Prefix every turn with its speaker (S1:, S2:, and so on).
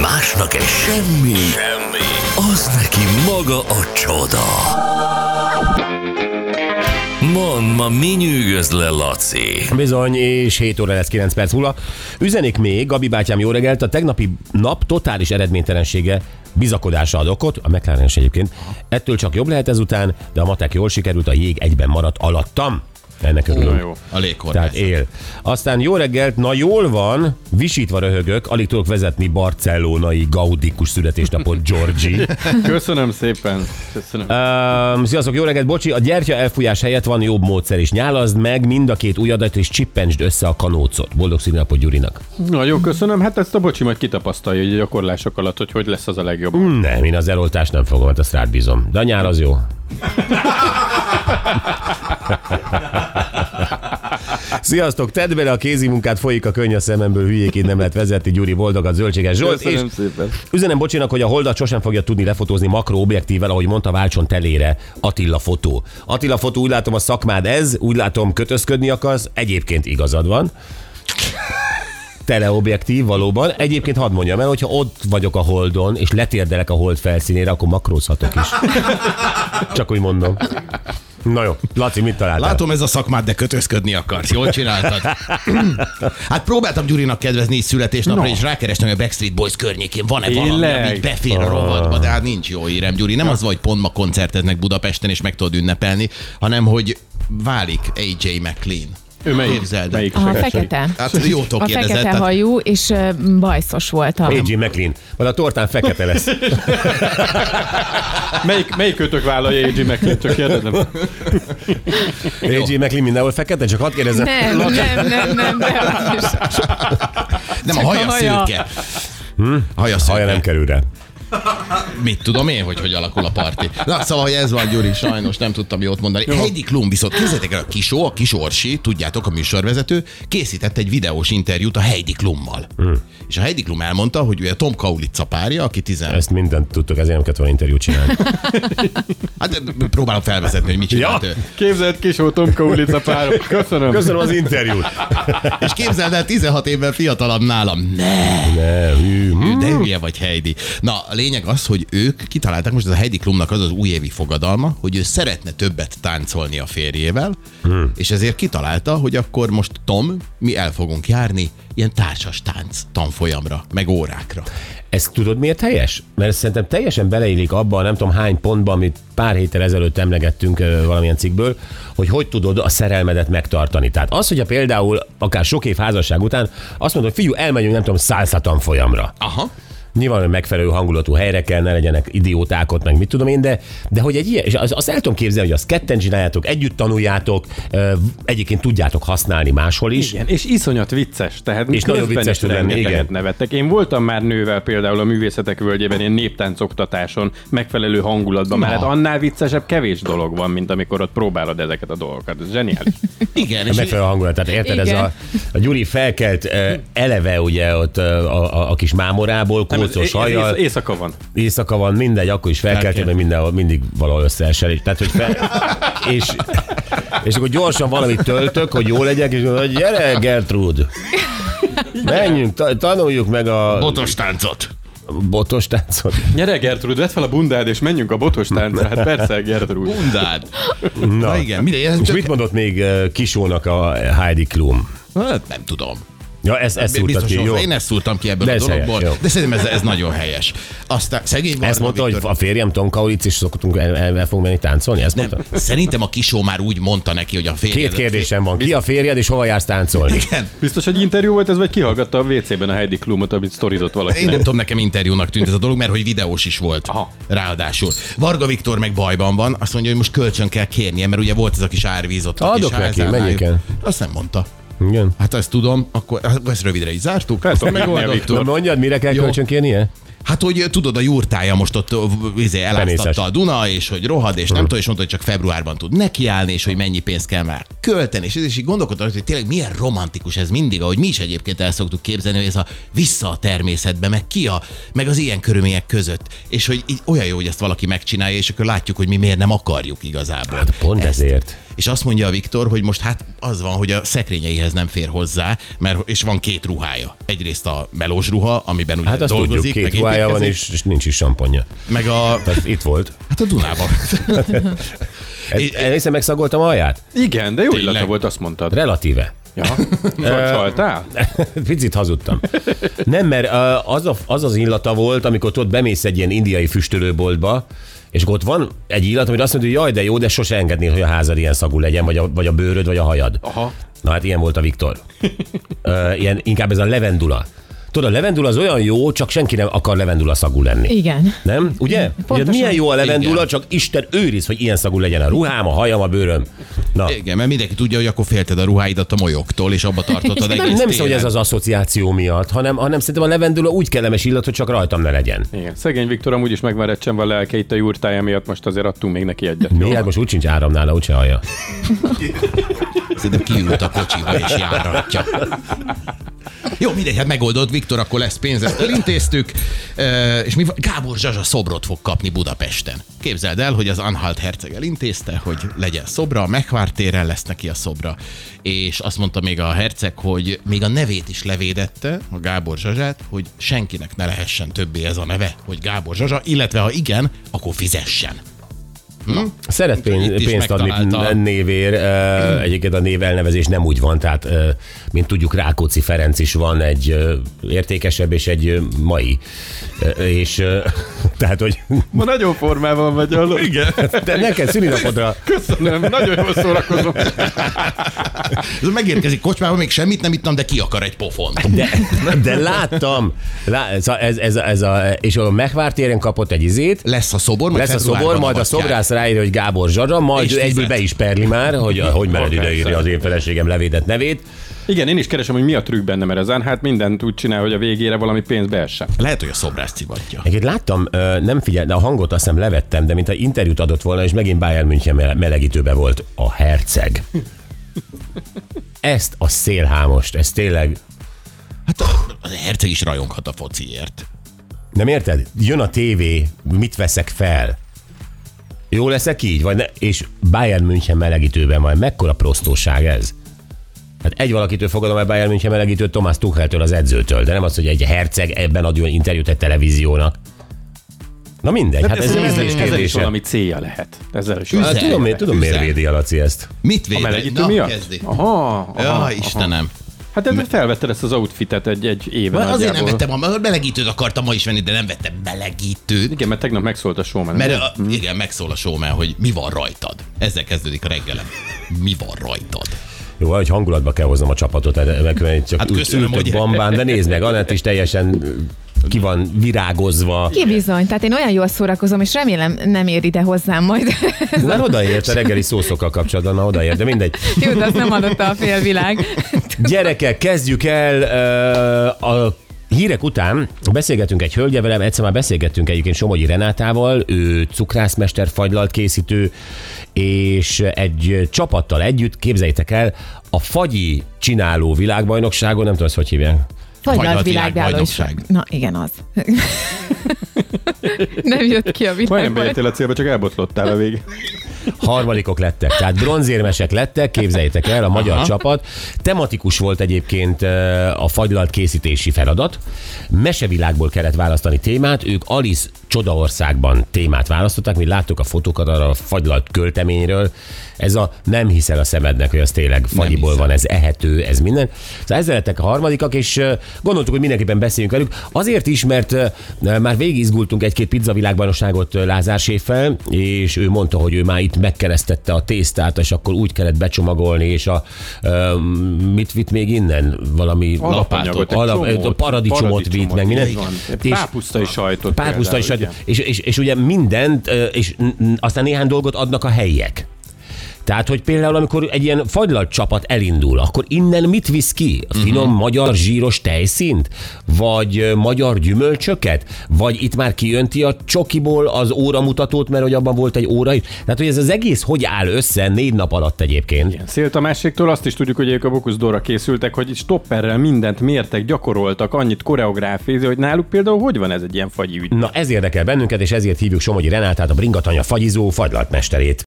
S1: Másnak egy semmi, semmi, az neki maga a csoda. Mond, ma mi nyűgöz le, Laci?
S2: Bizony, és 7 óra lesz 9 perc múlva. Üzenik még, Gabi bátyám, jó reggelt, a tegnapi nap totális eredménytelensége bizakodásra ad okot, a mclaren egyébként. Ettől csak jobb lehet ezután, de a matek jól sikerült, a jég egyben maradt alattam. Ennek örülök.
S3: Jó. A légkormány.
S2: Tehát él. Aztán jó reggelt, na jól van, visítva röhögök, alig tudok vezetni barcelonai gaudikus születésnapot, Georgi.
S3: Köszönöm szépen. Köszönöm.
S2: Um, sziasztok, jó reggelt, bocsi, a gyertya elfújás helyett van jobb módszer is. Nyálazd meg mind a két ujjadat és csippentsd össze a kanócot. Boldog szülőnapot Gyurinak.
S3: Nagyon köszönöm. Hát ezt a bocsi majd kitapasztalja így a gyakorlások alatt, hogy hogy lesz az a legjobb.
S2: Nem, én az eloltást nem fogom, hát azt rád bízom. De a nyár az jó. Sziasztok, tedd bele a kézi munkát, folyik a könny a szememből, hülyék, így nem lehet vezetni, Gyuri Boldogat, Zöldséges Zsolt.
S3: Köszönöm
S2: és
S3: szépen.
S2: üzenem bocsinak, hogy a holdat sosem fogja tudni lefotózni makroobjektívvel, ahogy mondta, váltson telére Attila fotó. Attila fotó, úgy látom a szakmád ez, úgy látom kötözködni akarsz, egyébként igazad van. Teleobjektív valóban. Egyébként hadd mondjam el, hogyha ott vagyok a holdon, és letérdelek a hold felszínére, akkor makrózhatok is. Csak úgy mondom. Na jó, Laci, mit találtál?
S4: Látom ez a szakmát, de kötözködni akarsz. Jól csináltad. hát próbáltam Gyurinak kedvezni így születésnapra, no. és rákerestem, hogy a Backstreet Boys környékén van-e valami,
S3: Tényleg? Ah.
S4: ami befér a rovatba, de hát nincs jó hírem, Gyuri. Nem az vagy, hogy pont ma koncerteznek Budapesten, és meg tudod ünnepelni, hanem hogy válik AJ McLean.
S3: Ő melyik?
S4: Képzeld.
S3: melyik
S5: A
S3: segítség?
S5: fekete.
S4: Hát jótól
S5: A
S4: kérdezett.
S5: fekete
S4: tehát-
S5: hajú, és ö, bajszos voltam.
S2: AJ McLean. Majd a tortán fekete lesz.
S3: Melyik, melyik kötök vállalja AJ McLean? Csak kérdezem.
S2: AJ McLean mindenhol fekete, csak hadd kérdezem.
S5: Nem, nem, nem, nem, nem.
S4: Nem, a
S5: Csak a
S4: haja
S5: haja.
S4: szürke. Haja szürke.
S2: Haja nem kerül rá.
S4: Mit tudom én, hogy hogy alakul a parti. Na, szóval, hogy ez van, Gyuri, sajnos nem tudtam jót mondani. Jó. Heidi Klum viszont, képzeljétek el, a Kisó, a Kisorsi, tudjátok, a műsorvezető, készített egy videós interjút a Heidi Klummal. Hmm. És a Heidi Klum elmondta, hogy ő a Tom Kaulitza párja, aki 10...
S2: Ezt mindent tudtok, ezért nem kellett volna interjút csinálni.
S4: Hát próbálom felvezetni, hogy mit csinált
S2: Ja.
S4: ő.
S3: Képzeld kis ó, Tomka Ulica párom. Köszönöm.
S2: Köszönöm az interjút.
S4: És képzeld el, 16 évvel fiatalabb nálam. Ne!
S2: Ne, hű, hm.
S4: De hülye vagy Heidi. Na, a lényeg az, hogy ők kitalálták most ez a Heidi Klumnak az az újévi fogadalma, hogy ő szeretne többet táncolni a férjével, hmm. és ezért kitalálta, hogy akkor most Tom, mi el fogunk járni ilyen társas tánc tanfolyamra, meg órákra.
S2: Ezt tudod miért helyes? Mert szerintem teljesen beleillik abba, a nem tudom hány pontba, amit pár héttel ezelőtt emlegettünk ö, valamilyen cikkből, hogy hogy tudod a szerelmedet megtartani. Tehát az, hogyha például akár sok év házasság után azt mondod, hogy figyú, elmegyünk, nem tudom, szálszatan folyamra.
S4: Aha.
S2: Nyilván hogy megfelelő hangulatú helyre kell, ne legyenek idióták ott, meg mit tudom én, de, de hogy egy ilyen, és az- azt el tudom képzelni, hogy azt ketten csináljátok, együtt tanuljátok, ö, egyébként tudjátok használni máshol is.
S3: Igen, és iszonyat vicces, tehát és
S2: nagyon vicces tud lenni, igen.
S3: nevettek. Én voltam már nővel például a művészetek völgyében, ilyen néptáncoktatáson, megfelelő hangulatban, mert hát annál viccesebb kevés dolog van, mint amikor ott próbálod ezeket a dolgokat. Ez zseniális.
S4: Igen,
S2: A
S4: és
S2: Hát megfelelő hangulat, tehát érted, ez
S5: Igen.
S2: a, a Gyuri felkelt eh, eleve ugye ott eh, a, a, a kis mámorából,
S3: Nem, Hát ez-
S2: kócos
S3: ez- ez
S2: hajjal,
S3: ész- éjszaka van.
S2: éjszaka van, mindegy, akkor is felkelt,
S4: Felkelt.
S2: mert mindenhol mindig valahol összeesel, és- tehát hogy fel, és, és akkor gyorsan valamit töltök, hogy jó legyek, és mondom, hogy gyere Gertrud, menjünk, ta- tanuljuk meg a
S4: botos táncot.
S2: botos táncot.
S3: Gyere Gertrud, vedd fel a bundád, és menjünk a botos táncra. Hát persze, Gertrud.
S4: Undád. Na. Na igen, mindegy, ez
S2: És
S4: csak,
S2: mit mondott még eh, Kisónak a Heidi Klum?
S4: hát, nem tudom.
S2: Ja, ezt, ezt szúrtad
S4: Biztos
S2: ki,
S4: jó.
S2: jó?
S4: Én ezt szúrtam ki ebből
S2: De
S4: a
S2: ez helyes,
S4: dologból,
S2: jó.
S4: de szerintem ez, ez nagyon helyes. Aztán szegény
S2: Ezt
S4: Varga
S2: mondta, hogy
S4: Viktor-
S2: a férjem Tom Kauric, és szoktunk el, el, el fogunk menni táncolni? Ezt
S4: Nem,
S2: mondta?
S4: szerintem a kisó már úgy mondta neki, hogy a férjed...
S2: Két kérdésem van. Ki a férjed, és hova jársz táncolni?
S4: Igen.
S3: Biztos egy interjú volt ez, vagy kihallgatta a WC-ben a Heidi Klumot, amit sztorizott
S4: Én
S3: valaki.
S4: nem tudom, nekem interjúnak tűnt ez a dolog, mert hogy videós is volt.
S3: Aha.
S4: Ráadásul. Varga Viktor meg bajban van, azt mondja, hogy most kölcsön kell kérnie, mert ugye volt ez a kis árvíz ott. a
S2: Adok
S4: kis
S2: neki,
S4: házánál.
S2: menjünk el.
S4: Azt nem mondta.
S2: Igen.
S4: Hát ezt tudom, akkor akkor ezt rövidre így zártuk,
S3: Persze,
S4: akkor
S3: megnézni a
S2: Na
S4: megoldottuk.
S2: mondjad, mire kell eh?
S4: Jó.
S2: kölcsön kérnie?
S4: Hát, hogy tudod, a jurtája most ott ö, izé,
S2: Penészes. Hm.
S4: eláztatta a Duna, és hogy rohad, és nem tudom, és mondta, hogy csak februárban tud nekiállni, és hogy mennyi pénzt kell már költeni, és ez is így gondolkodtam, hogy tényleg milyen romantikus ez mindig, ahogy mi is egyébként el szoktuk képzelni, hogy ez a vissza a természetbe, meg ki a, meg az ilyen körülmények között, és hogy így olyan jó, hogy ezt valaki megcsinálja, és akkor látjuk, hogy mi miért nem akarjuk igazából.
S2: Hát pont
S4: ezt.
S2: ezért.
S4: És azt mondja a Viktor, hogy most hát az van, hogy a szekrényeihez nem fér hozzá, mert és van két ruhája. Egyrészt a melós ruha, amiben ugye
S2: Hát azt
S4: dolgozik,
S2: tudjuk, két
S4: meg
S2: ruhája van,
S4: építkezik,
S2: és, és nincs is samponja.
S4: meg a,
S2: Tehát itt volt.
S4: hát a Dunában.
S2: Ez- Egészen megszagoltam a alját?
S3: Igen, de jó
S4: Tényleg.
S3: illata volt, azt mondtad.
S2: Relatíve.
S3: Ja. Csaltál?
S2: Picit hazudtam. Nem, mert ö, az, a, az az illata volt, amikor tudod, bemész egy ilyen indiai füstölőboltba, és akkor ott van egy illat, amit azt mondod, hogy jaj, de jó, de sose engednél, hogy a házad ilyen szagú legyen, vagy a, vagy a bőröd, vagy a hajad.
S3: Aha.
S2: Na hát ilyen volt a Viktor. Ö, ilyen, inkább ez a levendula. Tudod, a levendula az olyan jó, csak senki nem akar levendula szagú lenni.
S5: Igen.
S2: Nem? Ugye? Ugye
S5: Pontosan.
S2: milyen jó a levendula,
S4: Igen.
S2: csak Isten őriz, hogy ilyen szagú legyen a ruhám, a hajam, a bőröm. Na,
S4: Igen, mert mindenki tudja, hogy akkor félted a ruháidat a molyoktól, és abba tartottad egész
S2: nem, nem hiszem, hogy
S4: télen.
S2: ez az asszociáció miatt, hanem, hanem szerintem a levendula úgy kellemes illat, hogy csak rajtam ne legyen.
S3: Igen. Szegény Viktor amúgy is megveredtsen a lelke itt a jurtája miatt, most azért adtunk még neki egyet.
S2: Mi? Hát most úgy sincs áram nála, úgyse hallja.
S4: Szerintem kiült a kocsiba és járatja. Jó, mindegy, hát megoldott Viktor, akkor lesz pénz, ezt elintéztük. E, és mi van? Gábor Zsazsa szobrot fog kapni Budapesten. Képzeld el, hogy az Anhalt herceg elintézte, hogy legyen szobra, a Mechvár téren lesz neki a szobra. És azt mondta még a herceg, hogy még a nevét is levédette, a Gábor Zsazsát, hogy senkinek ne lehessen többé ez a neve, hogy Gábor Zsazsa, illetve ha igen, akkor fizessen.
S2: Szeret
S4: Itt
S2: pénz,
S4: is
S2: pénzt adni
S4: megtalálta.
S2: n- névér. Ö, Egyébként a név elnevezés nem úgy van, tehát ö, mint tudjuk Rákóczi Ferenc is van egy ö, értékesebb és egy ö, mai. Ö, És ö, tehát, hogy
S3: Ma nagyon formában vagy, hallod? Igen.
S2: de neked szüninapodra
S3: Köszönöm, nagyon jól szórakozom.
S4: Ez megérkezik kocsmába, még semmit nem ittam, de ki akar egy pofont.
S2: De, de láttam. Lá, szóval ez, ez, a- ez a, és a Mechvár téren kapott egy izét,
S4: Lesz a szobor, majd
S2: lesz a
S4: februárban
S2: szobor, majd a
S4: avatják.
S2: szobrász ráírja, hogy Gábor Zsazsa, majd
S4: És
S2: ő egyből
S4: fizet.
S2: be is perli már, hogy eh, hogy mered
S3: Akár
S2: ideírni
S3: szem.
S2: az én feleségem levédett nevét.
S3: Igen, én is keresem, hogy mi a trükk benne, mert ezen hát mindent úgy csinál, hogy a végére valami pénz beessen.
S4: Lehet, hogy a szobrász civatja.
S2: Egyébként láttam, ö, nem figyel, de a hangot azt hiszem levettem, de mintha interjút adott volna, és megint Bayern München mele- melegítőbe volt a herceg. Ezt a szélhámost, ez tényleg...
S4: Hát a, a herceg is rajonghat a fociért.
S2: Nem érted? Jön a tévé, mit veszek fel? Jó leszek így? Vagy ne? És Bayern München melegítőben majd mekkora prostóság ez? Hát egy valakitől fogadom el Bayern München melegítőt, Tomás Tucheltől, az edzőtől, de nem az, hogy egy herceg ebben adjon interjút egy televíziónak. Na mindegy, hát ez
S3: Ezzel-
S2: ízlés
S3: Ezzel is
S2: kérdése.
S3: valami célja lehet. Ezzel is.
S4: Üzen-
S2: Hát tudom, miért, tudom miért védi a Laci ezt.
S4: Mit
S3: A
S4: véd?
S3: melegítő miatt?
S4: kezdi.
S3: Aha, aha,
S4: Ja,
S3: aha.
S4: Istenem.
S3: Hát ebben felvetted ezt az outfitet egy, egy éve
S4: Már azért nem
S3: nagyjából.
S4: vettem, a a melegítőt akartam ma is venni, de nem vettem melegítőt.
S3: Igen, mert tegnap megszólt a showman.
S4: Mert a, igen, megszól a showman, hogy mi van rajtad. Ezzel kezdődik a reggelem. Mi van rajtad?
S2: Jó, hogy hangulatba kell hoznom a csapatot, e- megkülöníteni, csak
S4: Hát
S2: hát úgy
S4: köszönöm,
S2: köszönöm, hogy...
S4: hogy-
S2: bambán, de nézd meg, Anett is teljesen ö, ki van virágozva.
S5: Ki bizony, tehát én olyan jól szórakozom, és remélem nem ér ide hozzám majd.
S2: Már odaért a reggeli szószokkal kapcsolatban, na odaért, de mindegy.
S5: Jó, de azt nem hallotta a félvilág.
S2: Gyerekek, kezdjük el ö, a hírek után beszélgetünk egy hölgye velem, egyszer már beszélgettünk egyébként Somogyi Renátával, ő cukrászmester, fagylalt készítő, és egy csapattal együtt, képzeljétek el, a fagyi csináló világbajnokságon, nem tudom ezt hogy hívják,
S5: Fagylalt
S4: Fagylalt
S5: világdáló is.
S4: világbajnokság.
S5: Na igen, az. nem jött ki a
S3: Majdnem
S5: világban.
S3: bejöttél a célba, csak elbotlottál a végén.
S2: harmadikok lettek. Tehát bronzérmesek lettek, képzeljétek el, a magyar Aha. csapat. Tematikus volt egyébként ö, a fagylalt készítési feladat. Mesevilágból kellett választani témát, ők Alice Csodaországban témát választották, mi láttuk a fotókat arra a fagylalt költeményről. Ez a nem hiszel a szemednek, hogy az tényleg fagyiból van, ez ehető, ez minden. Szóval ezzel lettek a harmadikak, és ö, gondoltuk, hogy mindenképpen beszéljünk velük. Azért is, mert ö, ö, már végigizgultunk egy-két pizzavilágbajnokságot ö, Lázár Séffel, és ő mondta, hogy ő már itt megkeresztette a tésztát, és akkor úgy kellett becsomagolni, és a ö, mit vitt még innen? Valami
S3: Alapanyagot, egy
S2: alap,
S3: csomót.
S2: a paradicsomot vitt, meg minden.
S3: így van.
S2: És-
S3: Pápusztai sajtot.
S2: Párpusztai
S3: például,
S2: sajt, és, és, és ugye mindent, ö, és n- n- aztán néhány dolgot adnak a helyiek. Tehát, hogy például, amikor egy ilyen fagylalt csapat elindul, akkor innen mit visz ki? Finom uh-huh. magyar zsíros tejszint? Vagy ö, magyar gyümölcsöket? Vagy itt már kijönti a csokiból az óramutatót, mert hogy abban volt egy óra is? Tehát, hogy ez az egész hogy áll össze négy nap alatt egyébként?
S3: Szélt a másiktól azt is tudjuk, hogy ők a Bokusz Dóra készültek, hogy stopperrel mindent mértek, gyakoroltak, annyit koreográfizni, hogy náluk például hogy van ez egy ilyen fagyi ügy.
S2: Na ez érdekel bennünket, és ezért hívjuk Somogyi Renátát, a Bringatanya fagyizó fagylaltmesterét.